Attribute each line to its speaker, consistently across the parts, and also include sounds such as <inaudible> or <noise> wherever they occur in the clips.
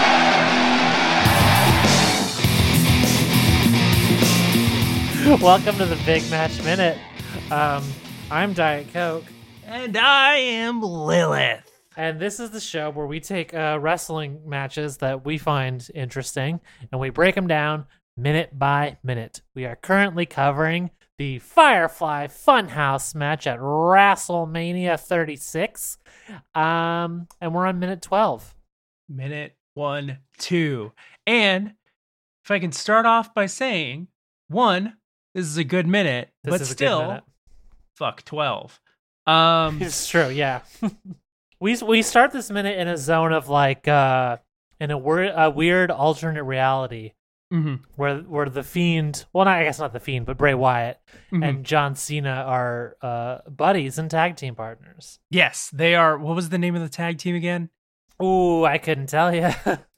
Speaker 1: <laughs> Welcome to the Big Match Minute. Um, I'm Diet Coke,
Speaker 2: And I am Lilith.
Speaker 1: and this is the show where we take uh, wrestling matches that we find interesting and we break them down minute by minute. We are currently covering the Firefly Funhouse match at WrestleMania 36, um, and we're on minute 12.
Speaker 2: Minute one, two. And if I can start off by saying, one, this is a good minute,
Speaker 1: This
Speaker 2: but
Speaker 1: is a good
Speaker 2: still,
Speaker 1: minute.
Speaker 2: fuck 12.
Speaker 1: <laughs>
Speaker 2: Um,
Speaker 1: It's true, yeah. we we start this minute in a zone of like uh in a, wor- a weird alternate reality
Speaker 2: mhm,
Speaker 1: where where the fiend, well, not I guess not the fiend, but Bray Wyatt
Speaker 2: mhm.
Speaker 1: and John Cena are uh buddies and tag team partners.
Speaker 2: yes, they are. What was the name of the tag team again?
Speaker 1: Ooh, I couldn't tell you.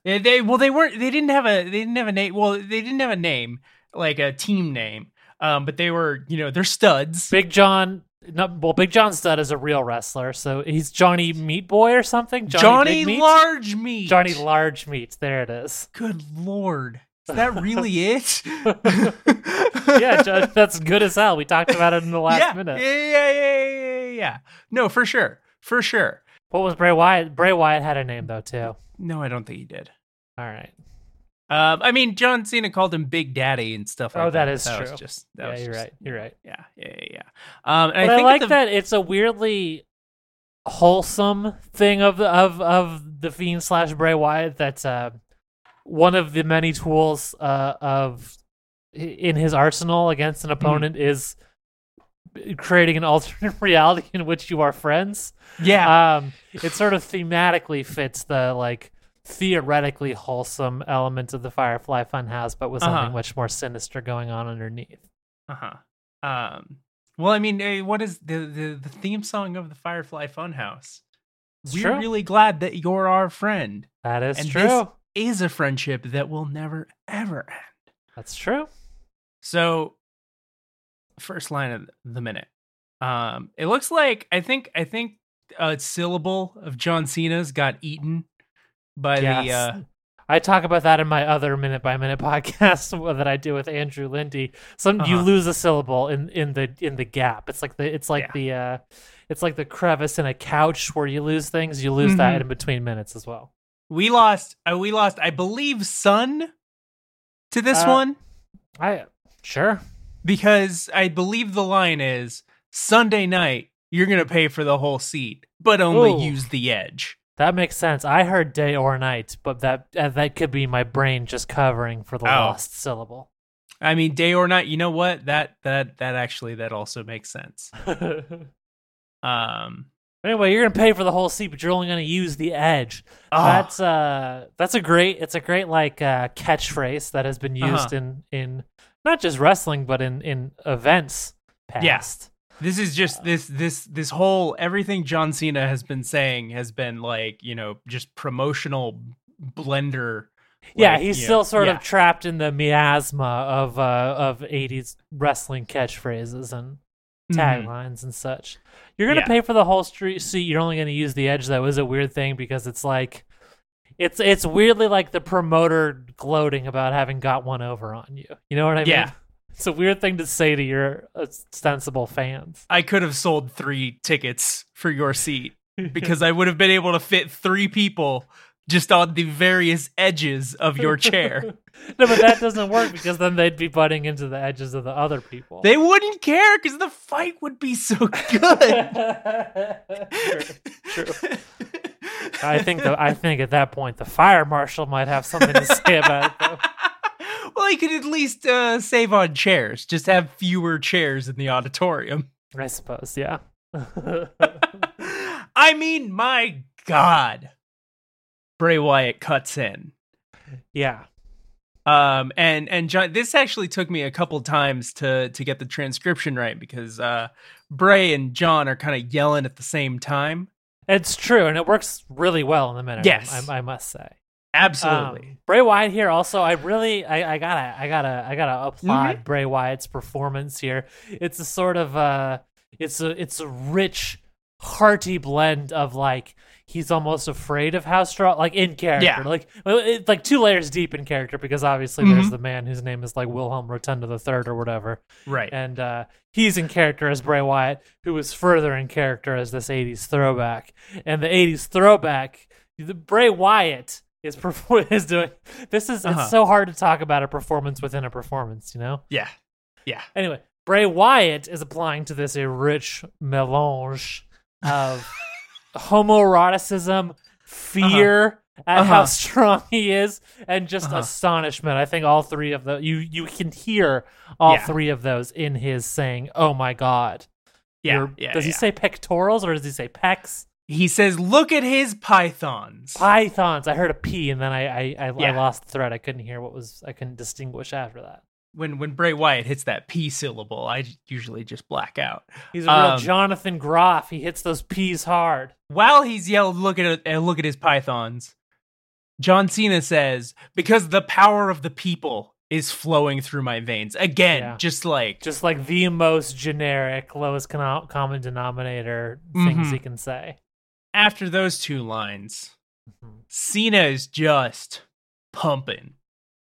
Speaker 2: Yeah, They well, they weren't. They didn't have a. They didn't have a name. Well, they didn't have a name, like a team name. Um, but they were, you know, they're
Speaker 1: <laughs>
Speaker 2: studs.
Speaker 1: Big John, no, well, Big John Studd is a real wrestler, so he's Johnny Meat Boy or something.
Speaker 2: Johnny,
Speaker 1: Big Meat?
Speaker 2: Large Meat.
Speaker 1: Johnny Large Meat. There it is. <laughs>
Speaker 2: Good lord. Is that really it? <laughs>
Speaker 1: Yeah, John, that's good as hell. We talked about it in the last
Speaker 2: yeah,
Speaker 1: minute.
Speaker 2: Yeah, yeah, yeah, yeah, yeah, yeah. No, for sure. For sure.
Speaker 1: What was Bray Wyatt? Bray Wyatt had a name though too. All
Speaker 2: No, I don't think he did.
Speaker 1: right.
Speaker 2: Um, I mean, John Cena called him Big Daddy and stuff like
Speaker 1: Oh,
Speaker 2: that.
Speaker 1: that is
Speaker 2: was
Speaker 1: true.
Speaker 2: just, that
Speaker 1: Yeah,
Speaker 2: was
Speaker 1: you're
Speaker 2: just-
Speaker 1: right. You're right.
Speaker 2: Yeah, yeah, yeah. yeah. Um, and
Speaker 1: But
Speaker 2: I,
Speaker 1: I,
Speaker 2: think at
Speaker 1: like
Speaker 2: the-
Speaker 1: that it's a weirdly wholesome thing of the of of the fiend slash Bray Wyatt. That's uh, one of the many tools uh, of in his arsenal against an
Speaker 2: Mm-hmm.
Speaker 1: opponent is creating an alternate <laughs> reality in which you are friends.
Speaker 2: Yeah,
Speaker 1: Um, it sort of thematically fits the like theoretically wholesome element of the Firefly Funhouse, but with something
Speaker 2: Uh-huh.
Speaker 1: much more sinister going on underneath.
Speaker 2: Uh huh. Um. Well, I mean, eh, what is the, the the theme song of the Firefly Funhouse?
Speaker 1: It's
Speaker 2: We're
Speaker 1: true.
Speaker 2: really glad that you're our friend.
Speaker 1: That is
Speaker 2: and
Speaker 1: true.
Speaker 2: this- Is a friendship that will never ever end.
Speaker 1: That's true.
Speaker 2: So, first line of the minute. Um, it looks like I think I think a syllable of John Cena's got eaten by the.
Speaker 1: Yes.
Speaker 2: Uh,
Speaker 1: I talk about that in my other minute by minute <laughs> podcast that I do with Andrew Lindy. Some you
Speaker 2: Uh-huh.
Speaker 1: lose a syllable in, in the in the gap. It's like the it's like the uh it's like the crevice in a couch where you lose things. You lose that
Speaker 2: Mhm.
Speaker 1: in between minutes as well.
Speaker 2: we lost. Uh, we lost. I believe son to this
Speaker 1: Uh,
Speaker 2: one
Speaker 1: I sure.
Speaker 2: because I believe the line is Sunday night. You're gonna pay for the whole seat, but only
Speaker 1: Ooh.
Speaker 2: use the edge.
Speaker 1: That makes sense. I heard day or night, but that uh, that could be my brain just covering for the
Speaker 2: Oh.
Speaker 1: lost syllable. <laughs>
Speaker 2: I mean, day or night. You know what? That that that actually that also makes sense.
Speaker 1: anyway,
Speaker 2: Um.
Speaker 1: you're gonna pay for the whole seat, but you're only gonna use the edge.
Speaker 2: ah.
Speaker 1: That's uh that's a great it's a great like uh catchphrase that has been used
Speaker 2: Uh-huh.
Speaker 1: in in not just wrestling but in in events past.
Speaker 2: Yeah. This is just this this this whole everything John Cena has been saying has been like you know just promotional blender.
Speaker 1: yeah,
Speaker 2: like,
Speaker 1: he's
Speaker 2: you know,
Speaker 1: still sort
Speaker 2: yeah.
Speaker 1: of trapped in the miasma of uh of 80s wrestling catchphrases and
Speaker 2: Mhm.
Speaker 1: taglines and such. You're gonna
Speaker 2: Yeah.
Speaker 1: pay for the whole street seat. You're only gonna use the edge. That was a weird thing because it's like, it's it's weirdly like the promoter gloating about having got one over on you. You know what I
Speaker 2: Yeah.
Speaker 1: mean? It's a weird thing to say to your ostensible fans.
Speaker 2: I could have sold three tickets for your
Speaker 1: <laughs>
Speaker 2: seat because I would have been able to fit three people just on the various edges of
Speaker 1: <laughs>
Speaker 2: your chair.
Speaker 1: no, but that doesn't work because then they'd be butting into the edges of the other people.
Speaker 2: <laughs> they wouldn't care because the fight would
Speaker 1: <laughs>
Speaker 2: be so good. <laughs>
Speaker 1: True, true. I think the, I think at that point the fire marshal might have something to say about it. Though.
Speaker 2: <laughs> well, you could at least uh, save on chairs. Just have fewer chairs in the auditorium. <laughs>
Speaker 1: I suppose, yeah. <laughs>
Speaker 2: I mean, my God. Bray Wyatt cuts in.
Speaker 1: yeah.
Speaker 2: Um, and and John, this actually took me a couple times to to get the transcription right because uh, Bray and John are kind of yelling at the same time.
Speaker 1: It's true, and it works really well in the minute.
Speaker 2: Yes.
Speaker 1: I, I must say.
Speaker 2: Absolutely.
Speaker 1: Um, Bray Wyatt here. Also, I really, I, I gotta, I gotta, I gotta applaud
Speaker 2: Mm-hmm.
Speaker 1: Bray Wyatt's performance here. It's a sort of, uh, it's a, it's a rich hearty blend of like he's almost afraid of how strong like in character
Speaker 2: Yeah.
Speaker 1: like well, it's like two layers deep in character because obviously
Speaker 2: Mm-hmm.
Speaker 1: there's the man whose name is like Wilhelm Rotunda the third or whatever
Speaker 2: Right.
Speaker 1: and uh, he's in character as Bray Wyatt, who is further in character as this '80s throwback. And the '80s throwback, the Bray Wyatt is <laughs> perform- is doing. This is
Speaker 2: Uh-huh.
Speaker 1: it's so hard to talk about a performance within a performance, you know.
Speaker 2: yeah. Yeah.
Speaker 1: Anyway, Bray Wyatt is applying to this a rich melange
Speaker 2: <laughs>
Speaker 1: of homoeroticism, fear. At how
Speaker 2: Uh-huh.
Speaker 1: strong he is, and just
Speaker 2: Uh-huh.
Speaker 1: astonishment. I think all three of the you you can hear all
Speaker 2: Yeah.
Speaker 1: three of those in his saying, "Oh my god!"
Speaker 2: Yeah.
Speaker 1: Your-
Speaker 2: yeah
Speaker 1: does he
Speaker 2: yeah.
Speaker 1: say pectorals or does he say pecs?
Speaker 2: He says, "Look at his pythons."
Speaker 1: Pythons. I heard a P, and then I I, I, I
Speaker 2: Yeah.
Speaker 1: lost the thread. I couldn't hear what was. I couldn't distinguish after that.
Speaker 2: when when Bray Wyatt hits that P syllable, I j- usually just black out.
Speaker 1: He's a real
Speaker 2: Um,
Speaker 1: Jonathan Groff. He hits those P's hard.
Speaker 2: While he's yelled, "Look at it, and look at his pythons," John Cena says, "Because the power of the people is flowing through my veins." Again,
Speaker 1: Yeah.
Speaker 2: just like
Speaker 1: Just like the most generic, lowest cono- common denominator things
Speaker 2: Mhm.
Speaker 1: he can say.
Speaker 2: after those two lines,
Speaker 1: Mhm.
Speaker 2: Cena is just pumping.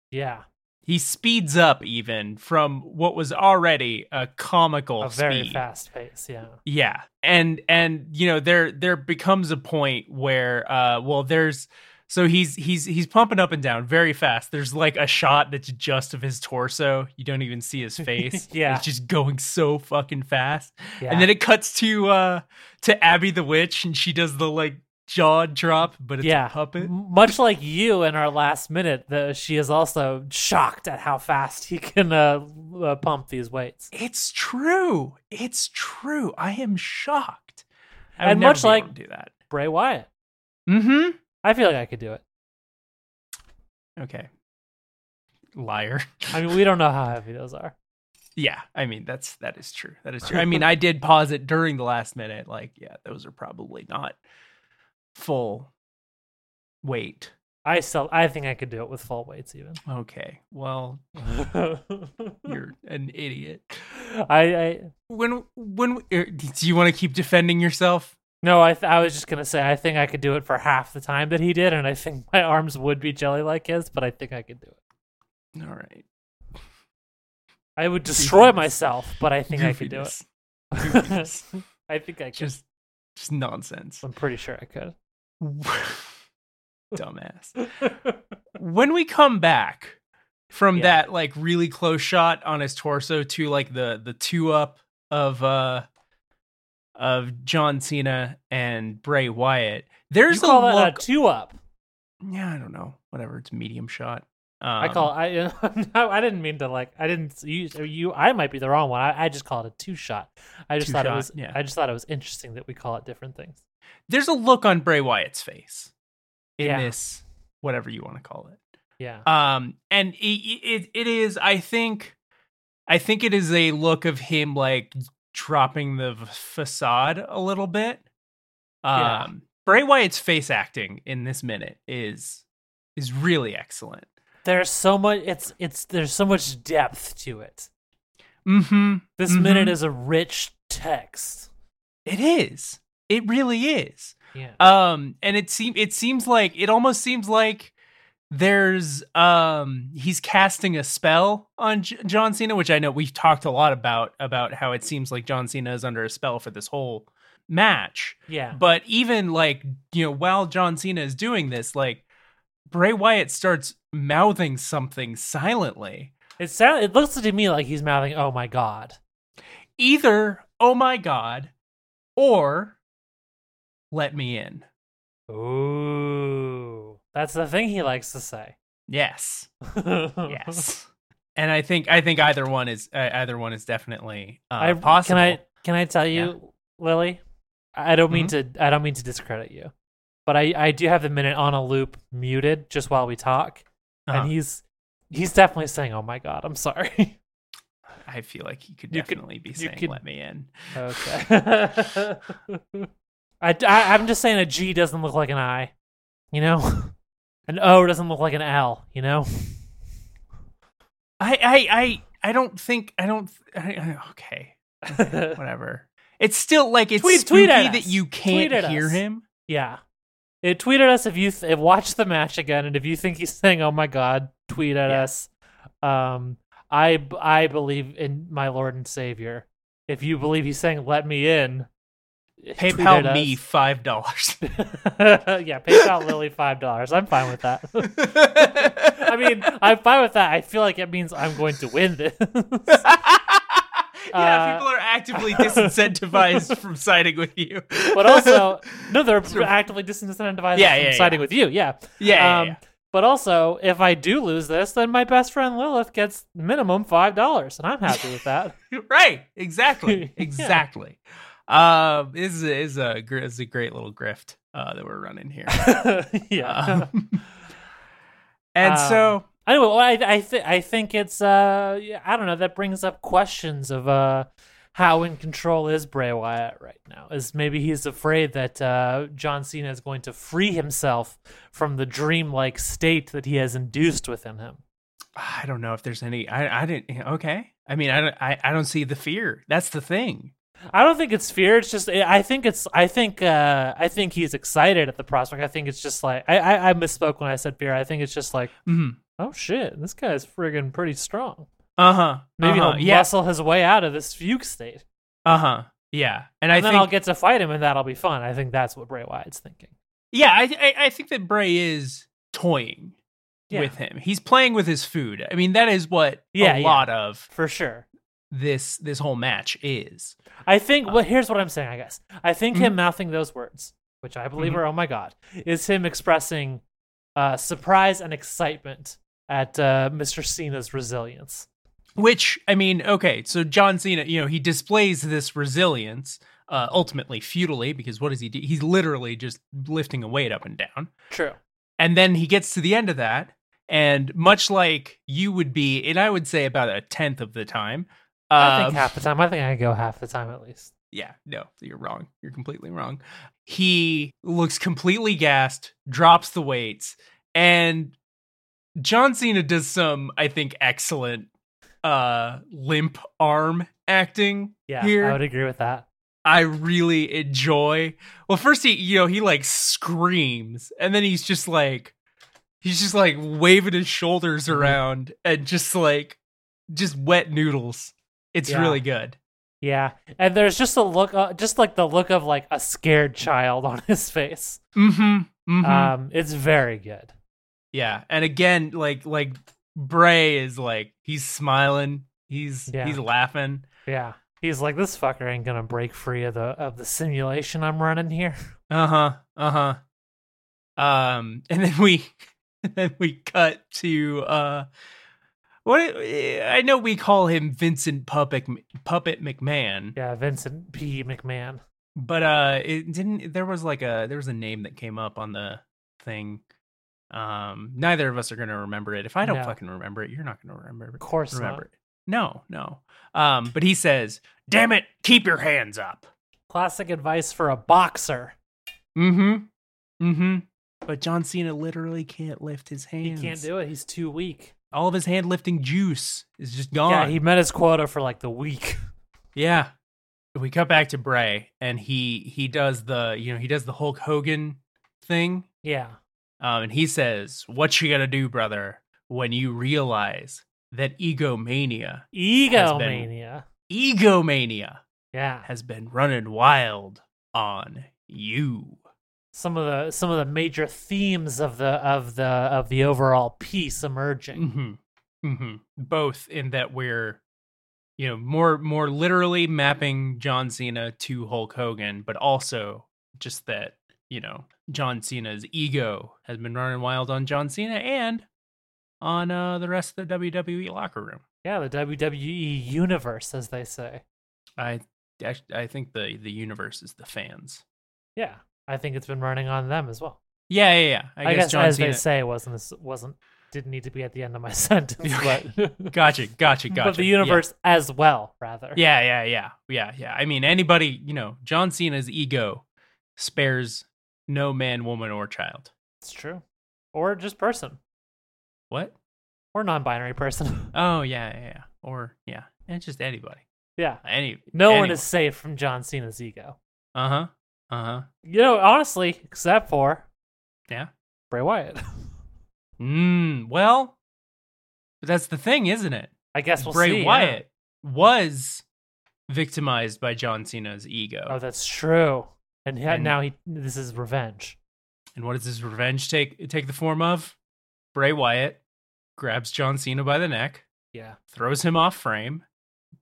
Speaker 1: Yeah,
Speaker 2: He speeds up even from what was already a comical
Speaker 1: a very
Speaker 2: speed.
Speaker 1: fast pace.
Speaker 2: <laughs>
Speaker 1: Yeah.
Speaker 2: Yeah. And and you know there there becomes a point where uh well there's so he's he's he's pumping up and down very fast. There's like a shot that's just of his torso. You don't even see his face.
Speaker 1: <laughs> Yeah.
Speaker 2: It's just going so fucking fast.
Speaker 1: yeah.
Speaker 2: And then it cuts to uh to Abby the witch and she does the like jaw drop but it's
Speaker 1: yeah,
Speaker 2: a puppet. <laughs>
Speaker 1: M- much like you in our last minute, the, she is also shocked at how fast he can uh, uh, pump these weights.
Speaker 2: It's true. It's true. I am shocked. I would
Speaker 1: And
Speaker 2: never
Speaker 1: much
Speaker 2: be able
Speaker 1: like-
Speaker 2: to do that.
Speaker 1: Bray Wyatt.
Speaker 2: Mhm.
Speaker 1: I feel like I could do it.
Speaker 2: Okay. Liar.
Speaker 1: I mean, we don't know how heavy those are.
Speaker 2: Yeah, I mean that's that is true. That is
Speaker 1: <laughs>
Speaker 2: true. I mean, I did pause it during the last minute. Like, yeah, those are probably not full weight.
Speaker 1: I still, I think I could do it with full weights even. <laughs>
Speaker 2: Okay, well,
Speaker 1: I,
Speaker 2: you're an idiot.
Speaker 1: I
Speaker 2: When when er, do you want to keep defending yourself?
Speaker 1: no, I, th- I was just gonna say I think I could do it for half the time that he did, and I think my arms would be jelly like his, but I think I could do it.
Speaker 2: All right,
Speaker 1: I would destroy
Speaker 2: Goofiness.
Speaker 1: myself, but I think I could do it. <laughs>
Speaker 2: Goofiness. Goofiness.
Speaker 1: I think I could.
Speaker 2: just
Speaker 1: <laughs>
Speaker 2: just nonsense.
Speaker 1: I'm pretty sure I
Speaker 2: <laughs>
Speaker 1: could.
Speaker 2: Dumbass. when we come back from
Speaker 1: Yeah.
Speaker 2: that like really close shot on his torso to like the the two up of uh of John Cena and Bray Wyatt, there's
Speaker 1: you call
Speaker 2: a
Speaker 1: that
Speaker 2: look.
Speaker 1: a two up?
Speaker 2: yeah, I don't know. Whatever, it's medium shot. Um,
Speaker 1: I call I <laughs> no, I didn't mean to like I didn't you you I might be the wrong one. I, I just call it a two shot. I just
Speaker 2: Two
Speaker 1: thought it
Speaker 2: shot,
Speaker 1: was
Speaker 2: yeah.
Speaker 1: I just thought it was interesting that we call it different things.
Speaker 2: There's a look on Bray Wyatt's face in
Speaker 1: Yeah.
Speaker 2: this whatever you want to call it.
Speaker 1: Yeah.
Speaker 2: um and it, it it is i think i think it is a look of him like dropping the v- facade a little bit um
Speaker 1: Yeah.
Speaker 2: bray wyatt's face acting in this minute is is really excellent
Speaker 1: there's so much it's it's there's so much depth to it.
Speaker 2: mm-hmm
Speaker 1: This
Speaker 2: Mhm.
Speaker 1: minute is a rich text.
Speaker 2: it is it really is
Speaker 1: Yeah.
Speaker 2: um and it seem it seems like it almost seems like there's um he's casting a spell on J- John Cena which I know we've talked a lot about about how it seems like John Cena is under a spell for this whole match
Speaker 1: yeah.
Speaker 2: but even like you know while John Cena is doing this like Bray Wyatt starts mouthing something silently
Speaker 1: It sound it looks to me like he's mouthing, "Oh my god."
Speaker 2: either oh my god or let me in
Speaker 1: Ooh. That's the thing he likes to say.
Speaker 2: yes
Speaker 1: <laughs>
Speaker 2: Uh,
Speaker 1: yes.
Speaker 2: yes <laughs> and i think i think either one is uh, either one is definitely uh,
Speaker 1: I
Speaker 2: possible
Speaker 1: Can I can I tell you,
Speaker 2: Yeah. Mm-hmm.
Speaker 1: Lily? I don't mean to I don't mean to discredit you, but I I do have the minute on a loop muted just while we talk,
Speaker 2: Uh-huh.
Speaker 1: and he's he's definitely saying, "Oh my god, I'm sorry."
Speaker 2: i feel like he could
Speaker 1: You could-
Speaker 2: definitely be saying
Speaker 1: could-
Speaker 2: let me in
Speaker 1: okay. <laughs> I, I am just saying a G doesn't look like an I, you know. <laughs> An O doesn't look like an L, you know.
Speaker 2: i i i, I don't think i don't th- I, I- okay whatever It's still like it's
Speaker 1: Tweet-
Speaker 2: spooky
Speaker 1: tweet at
Speaker 2: that
Speaker 1: us.
Speaker 2: you
Speaker 1: Tweet
Speaker 2: can't
Speaker 1: at
Speaker 2: hear
Speaker 1: us.
Speaker 2: him.
Speaker 1: <laughs> Yeah. It tweeted us if you th- if watch the match again, and if you think he's saying, "Oh my God," tweet at
Speaker 2: Yeah.
Speaker 1: us. Um, I b- I believe in my Lord and Savior. If you believe he's saying, "Let me in," eh,
Speaker 2: PayPal me five dollars. <laughs>
Speaker 1: <laughs> yeah, PayPal Lily five dollars. I'm fine with that. <laughs> <laughs> I mean, I'm fine with that. I feel like it means I'm going to win this.
Speaker 2: <laughs>
Speaker 1: <laughs>
Speaker 2: yeah,
Speaker 1: Uh,
Speaker 2: people are actively
Speaker 1: <laughs>
Speaker 2: disincentivized from siding with you.
Speaker 1: but also, no, they're
Speaker 2: Sure.
Speaker 1: actively disincentivizing
Speaker 2: Yeah,
Speaker 1: from
Speaker 2: yeah,
Speaker 1: siding with you. Yeah.
Speaker 2: yeah, yeah,
Speaker 1: Um,
Speaker 2: yeah.
Speaker 1: But also, if I do lose this, then my best friend Lilith gets minimum five dollars, and I'm happy with that. <laughs>
Speaker 2: <laughs> right, exactly,
Speaker 1: Yeah.
Speaker 2: exactly. Um, this is a, is a gr- is a great little grift uh, that we're
Speaker 1: <laughs>
Speaker 2: running here.
Speaker 1: yeah.
Speaker 2: Um, and
Speaker 1: Um,
Speaker 2: so,
Speaker 1: <laughs> anyway, well, I I, th- I think it's uh yeah, I don't know that brings up questions of uh how in control is Bray Wyatt right now? Is maybe he's afraid that uh, John Cena is going to free himself from the dreamlike state that he has induced within him.
Speaker 2: I don't know if there's any. I I didn't. eh, Okay. I mean, I don't. I, I don't see the fear. That's the thing.
Speaker 1: I don't think it's fear. It's just I think it's I think uh, I think he's excited at the prospect. I think it's just like I, I I misspoke when I said fear. I think it's just like
Speaker 2: Mm-hmm.
Speaker 1: oh shit, this guy's friggin' pretty strong.
Speaker 2: Uh huh.
Speaker 1: Maybe
Speaker 2: uh-huh.
Speaker 1: he'll
Speaker 2: yeah.
Speaker 1: muscle his way out of this fugue state,
Speaker 2: Uh huh. Yeah. And, I
Speaker 1: and then
Speaker 2: think.
Speaker 1: I'll get to fight him, and that'll be fun. I think that's what Bray Wyatt's thinking.
Speaker 2: yeah. I, I I think that Bray is toying
Speaker 1: Yeah,
Speaker 2: with him. He's playing with his food. I mean, that is what
Speaker 1: Yeah,
Speaker 2: a
Speaker 1: yeah.
Speaker 2: lot of
Speaker 1: for sure.
Speaker 2: this this whole match is.
Speaker 1: I think.
Speaker 2: Uh,
Speaker 1: Well, here's what I'm saying. I guess I think
Speaker 2: Mhm.
Speaker 1: him mouthing those words, which I believe
Speaker 2: Mhm.
Speaker 1: are oh my god, is him expressing uh, surprise and excitement at uh, Mr. Cena's resilience.
Speaker 2: Which I mean, okay. So John Cena, you know, he displays this resilience. Uh, ultimately, futilely, because what does he do? He's literally just lifting a weight up and down.
Speaker 1: True.
Speaker 2: And then he gets to the end of that, and much like you would be, and I would say about a tenth of the time.
Speaker 1: I
Speaker 2: um,
Speaker 1: think half the time. I think I go half the time at least.
Speaker 2: yeah, no, you're wrong. You're completely wrong. He looks completely gassed, drops the weights, and John Cena does some, I think, excellent uh limp arm acting
Speaker 1: Yeah,
Speaker 2: here.
Speaker 1: I would agree with that.
Speaker 2: I really enjoy. Well, first he, you know, he like screams, and then he's just like, he's just like waving his shoulders around and just like, just wet noodles. It's
Speaker 1: Yeah.
Speaker 2: really good.
Speaker 1: Yeah, and there's just a look, uh, just like the look of like a scared child <laughs> on his face.
Speaker 2: Mm-hmm. mm-hmm.
Speaker 1: Um, it's very good.
Speaker 2: yeah, and again, like like Bray is like he's smiling, he's
Speaker 1: Yeah.
Speaker 2: he's laughing.
Speaker 1: Yeah, he's like, this fucker ain't gonna break free of the of the simulation I'm running here. <laughs>
Speaker 2: Uh huh. Uh huh. Um, and then we, <laughs> and then we cut to uh, what I know we call him Vincent Puppet Puppet McMahon,
Speaker 1: Yeah, Vincent P. McMahon.
Speaker 2: but uh, it didn't. There was like a there was a name that came up on the thing. Um, neither of us are gonna remember it. If I don't
Speaker 1: No.
Speaker 2: fucking remember it, you're not gonna remember
Speaker 1: Of
Speaker 2: it.
Speaker 1: course, not.
Speaker 2: Remember it? No, no. Um, but he says, "Damn it, keep your hands up."
Speaker 1: Classic advice for a boxer.
Speaker 2: Mm-hmm. Mm-hmm. But John Cena literally can't lift his
Speaker 1: He
Speaker 2: hands.
Speaker 1: can't do it. He's too weak.
Speaker 2: All of his hand lifting juice is just gone.
Speaker 1: Yeah, he met his quota for like the week. <laughs>
Speaker 2: Yeah. We cut back to Bray and he he does the you know, he does the Hulk Hogan thing.
Speaker 1: Yeah.
Speaker 2: Um, and he says, What you gonna do, brother, when you realize that egomania
Speaker 1: Egomania.
Speaker 2: egomania
Speaker 1: Yeah.
Speaker 2: has been running wild on you.
Speaker 1: some of the some of the major themes of the of the of the overall piece emerging.
Speaker 2: hmm hmm Both in that we're, you know, more more literally mapping John Cena to Hulk Hogan, but also just that you know John Cena's ego has been running wild on John Cena and on uh, the rest of the WWE locker room.
Speaker 1: Yeah, the WWE universe, as they say.
Speaker 2: I act- I think the the universe is the fans.
Speaker 1: Yeah, I think it's been running on them as well.
Speaker 2: Yeah, yeah, yeah. I,
Speaker 1: I, guess,
Speaker 2: John
Speaker 1: as
Speaker 2: Cena.
Speaker 1: they say wasn't this wasn't didn't need to be at the end of my <laughs>
Speaker 2: <laughs>
Speaker 1: sentence, but <laughs>
Speaker 2: Gotcha, gotcha, gotcha.
Speaker 1: but the
Speaker 2: Yeah.
Speaker 1: universe as well, rather.
Speaker 2: <laughs> Yeah, yeah, yeah, yeah, yeah. I mean, anybody, you know, John Cena's ego spares no man, woman, or child.
Speaker 1: it's true. Or just person,
Speaker 2: What?
Speaker 1: or non-binary person. <laughs>
Speaker 2: Oh, yeah, yeah, yeah. Or yeah, and just anybody.
Speaker 1: Yeah.
Speaker 2: Any
Speaker 1: No one
Speaker 2: anyway.
Speaker 1: is safe from John Cena's ego.
Speaker 2: Uh huh. Uh huh.
Speaker 1: You know, honestly, except for
Speaker 2: Yeah.
Speaker 1: Bray Wyatt. <laughs>
Speaker 2: Mm, well, but that's the thing, isn't it?
Speaker 1: I guess we'll
Speaker 2: Bray
Speaker 1: see. yeah.
Speaker 2: Wyatt was victimized by John Cena's ego.
Speaker 1: Oh, that's true. And, yeah,
Speaker 2: And-
Speaker 1: now he this is revenge.
Speaker 2: and what does his revenge take take the form of? Bray Wyatt grabs John Cena by the neck,
Speaker 1: Yeah.
Speaker 2: throws him off frame.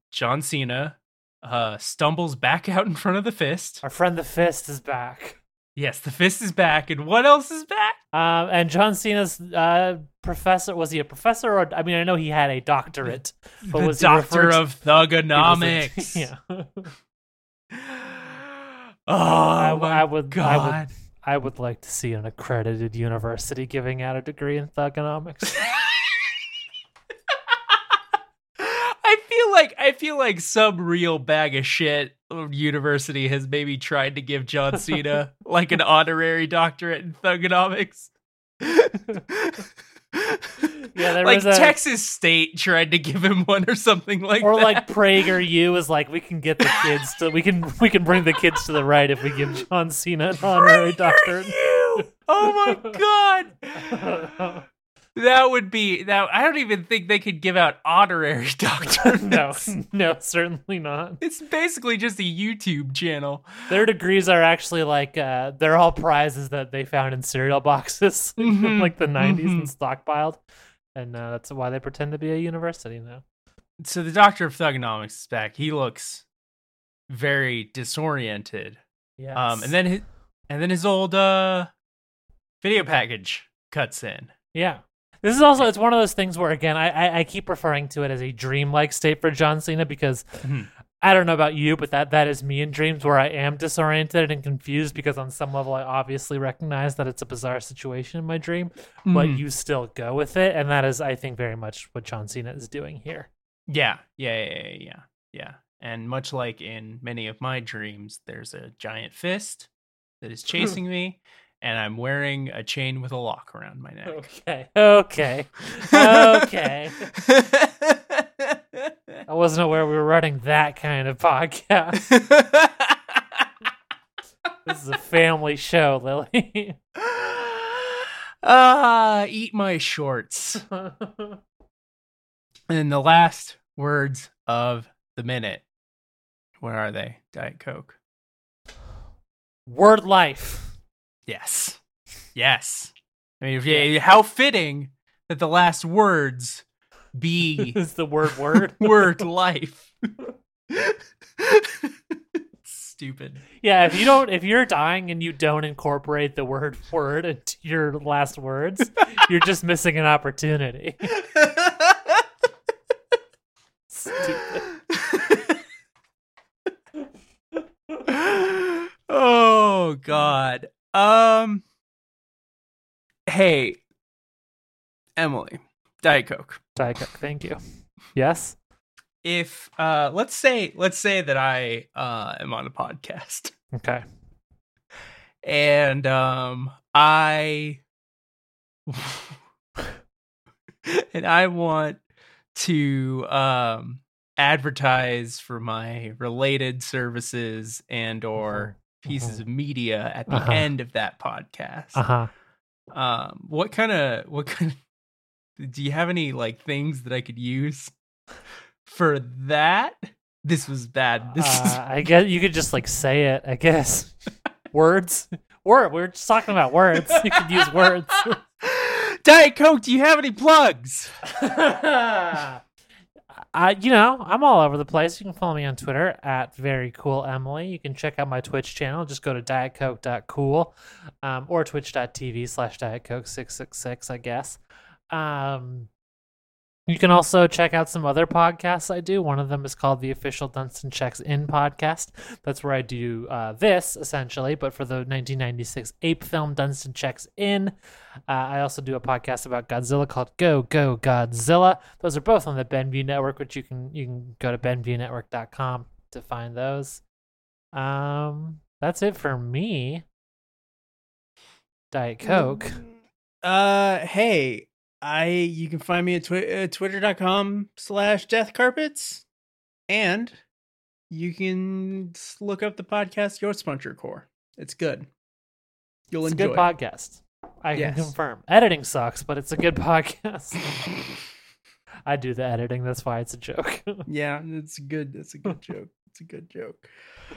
Speaker 2: John Cena uh, stumbles back <laughs> out in front of the fist.
Speaker 1: Our friend the Fist is back.
Speaker 2: Yes, the fist is back, and what else is back?
Speaker 1: Um, and John Cena's uh, professor was he a professor or I mean I know he had a
Speaker 2: <laughs>
Speaker 1: doctorate, but
Speaker 2: the
Speaker 1: was he
Speaker 2: doctor
Speaker 1: referred to-
Speaker 2: of
Speaker 1: <laughs> he was a-
Speaker 2: thugonomics.
Speaker 1: <laughs> yeah.
Speaker 2: <sighs> Oh, I,
Speaker 1: w- I would- I would-
Speaker 2: God.
Speaker 1: I would like to see an accredited university giving out a degree in
Speaker 2: <laughs>
Speaker 1: thugonomics.
Speaker 2: I feel like I feel like some real bag of shit university has maybe tried to give John Cena like an honorary doctorate in thugonomics. yeah,
Speaker 1: there
Speaker 2: like
Speaker 1: was a-
Speaker 2: Texas State tried to give him one or something like
Speaker 1: or
Speaker 2: that.
Speaker 1: like Prager U is like we can get the kids to we can we can bring the kids to the right if we give John Cena an honorary
Speaker 2: <laughs> Prager
Speaker 1: doctorate.
Speaker 2: U! Oh
Speaker 1: <laughs>
Speaker 2: my god. That would be that I don't even think they could give out honorary <laughs> doctorates.
Speaker 1: <laughs> no, no, certainly not.
Speaker 2: It's basically just a YouTube channel.
Speaker 1: Their degrees are actually like uh, they're all prizes that they found in cereal boxes <laughs>
Speaker 2: Mhm,
Speaker 1: from like the 90s and
Speaker 2: Mm-hmm.
Speaker 1: stockpiled, and uh, that's why they pretend to be a university now.
Speaker 2: So the doctor of thugonomics is back. He looks very disoriented.
Speaker 1: Yeah.
Speaker 2: Um, and then his, and then his old uh, video package cuts in.
Speaker 1: Yeah. This is also it's one of those things where again I I, I keep referring to it as a dreamlike state for John Cena because
Speaker 2: Mhm.
Speaker 1: I don't know about you, but that that is me in dreams where I am disoriented and confused because on some level I obviously recognize that it's a bizarre situation in my dream, but
Speaker 2: Mhm.
Speaker 1: you still go with it, and that is I think very much what John Cena is doing
Speaker 2: <laughs>
Speaker 1: here.
Speaker 2: yeah, yeah, yeah, yeah, yeah, yeah. And much like in many of my dreams, there's a giant fist that is chasing me, and I'm wearing a chain with a lock around my neck.
Speaker 1: Okay. <laughs> Okay.
Speaker 2: <laughs>
Speaker 1: Okay. I wasn't aware we were running that kind of <laughs> podcast. This is a family show,
Speaker 2: <laughs>
Speaker 1: Lily.
Speaker 2: Ah, eat my shorts. And the last words of the minute. Where are they? Diet Coke.
Speaker 1: Word life.
Speaker 2: <laughs> Yes. Yes. I mean, if you, how fitting that the last words
Speaker 1: <laughs>
Speaker 2: be
Speaker 1: is the word word.
Speaker 2: word life. Stupid.
Speaker 1: yeah, if you don't if you're dying and you don't incorporate the word word into your last
Speaker 2: <laughs>
Speaker 1: words, you're just missing an opportunity. <laughs> Stupid.
Speaker 2: <laughs> oh god um hey emily diet coke
Speaker 1: Diet Coke, thank you. Yes?
Speaker 2: if uh let's say let's say that i uh am on a podcast
Speaker 1: Okay.
Speaker 2: and um i <laughs> and i want to um advertise for my related services and or pieces of media at the
Speaker 1: Mm-hmm, Uh-huh.
Speaker 2: end of that podcast
Speaker 1: Uh-huh.
Speaker 2: um what kind of what kind of, do you have any like things that i could use for that this was bad this is
Speaker 1: Uh, I guess you could just like say it, I guess. words? Word. We were just talking about words. You could use
Speaker 2: <laughs>
Speaker 1: words.
Speaker 2: <laughs> Diet Coke, do you have any plugs?
Speaker 1: I, you know, I'm all over the place. You can follow me on Twitter at very cool Emily. You can check out my Twitch channel. Just go to dietcoke.cool um, or twitch.tv slash dietcoke666, I guess. Um, you can also check out some other podcasts I do. One of them is called the Official Dunstan Checks In podcast. That's where I do uh, this essentially, but for the 1996 ape film Dunstan Checks In. Uh, I also do a podcast about Godzilla called Go Go Godzilla. Those are both on the Benview Network, which you can you can go to benviewnetwork.com to find those. Um, that's it for me. Diet Coke.
Speaker 3: Uh, hey, I you can find me at twi- uh, twitter.com slash death carpets.
Speaker 2: And you can s- look up the podcast Your Puncher Core. It's good. You'll
Speaker 1: It's a
Speaker 2: enjoy.
Speaker 1: good podcast. I
Speaker 2: Yes.
Speaker 1: can confirm. Editing sucks, but it's a good <laughs> podcast. <laughs> I do the editing. That's why it's a joke. <laughs>
Speaker 2: it. <laughs> Yeah, it's good. It's a good joke. It's a good joke. <sighs>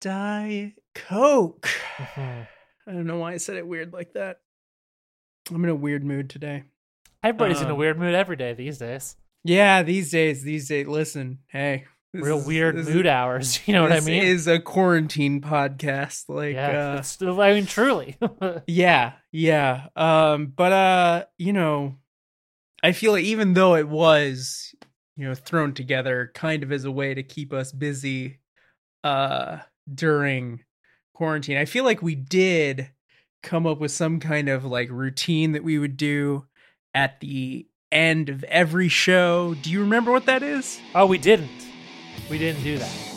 Speaker 2: Die Coke.
Speaker 1: Mhm.
Speaker 2: I don't know why I said it weird like that. I'm in a weird mood today.
Speaker 1: Everybody's in a
Speaker 2: Um,
Speaker 1: weird mood every day these days.
Speaker 2: Yeah, these days, these days. Listen, hey, this
Speaker 1: Real
Speaker 2: is-
Speaker 1: weird
Speaker 2: this is-
Speaker 1: mood hours. <laughs> You know what I
Speaker 2: this
Speaker 1: mean?
Speaker 2: Is a quarantine podcast like
Speaker 1: yeah.
Speaker 2: uh,
Speaker 1: it's- I mean, truly. <laughs>
Speaker 2: Yeah, yeah. Um, but uh, you know, I feel even though it was, you know, thrown together kind of as a way to keep us busy uh during quarantine, I feel like we did come up with some kind of like routine that we would do at the end of every show. Do you remember what that is?
Speaker 1: oh, we didn't. We didn't do that.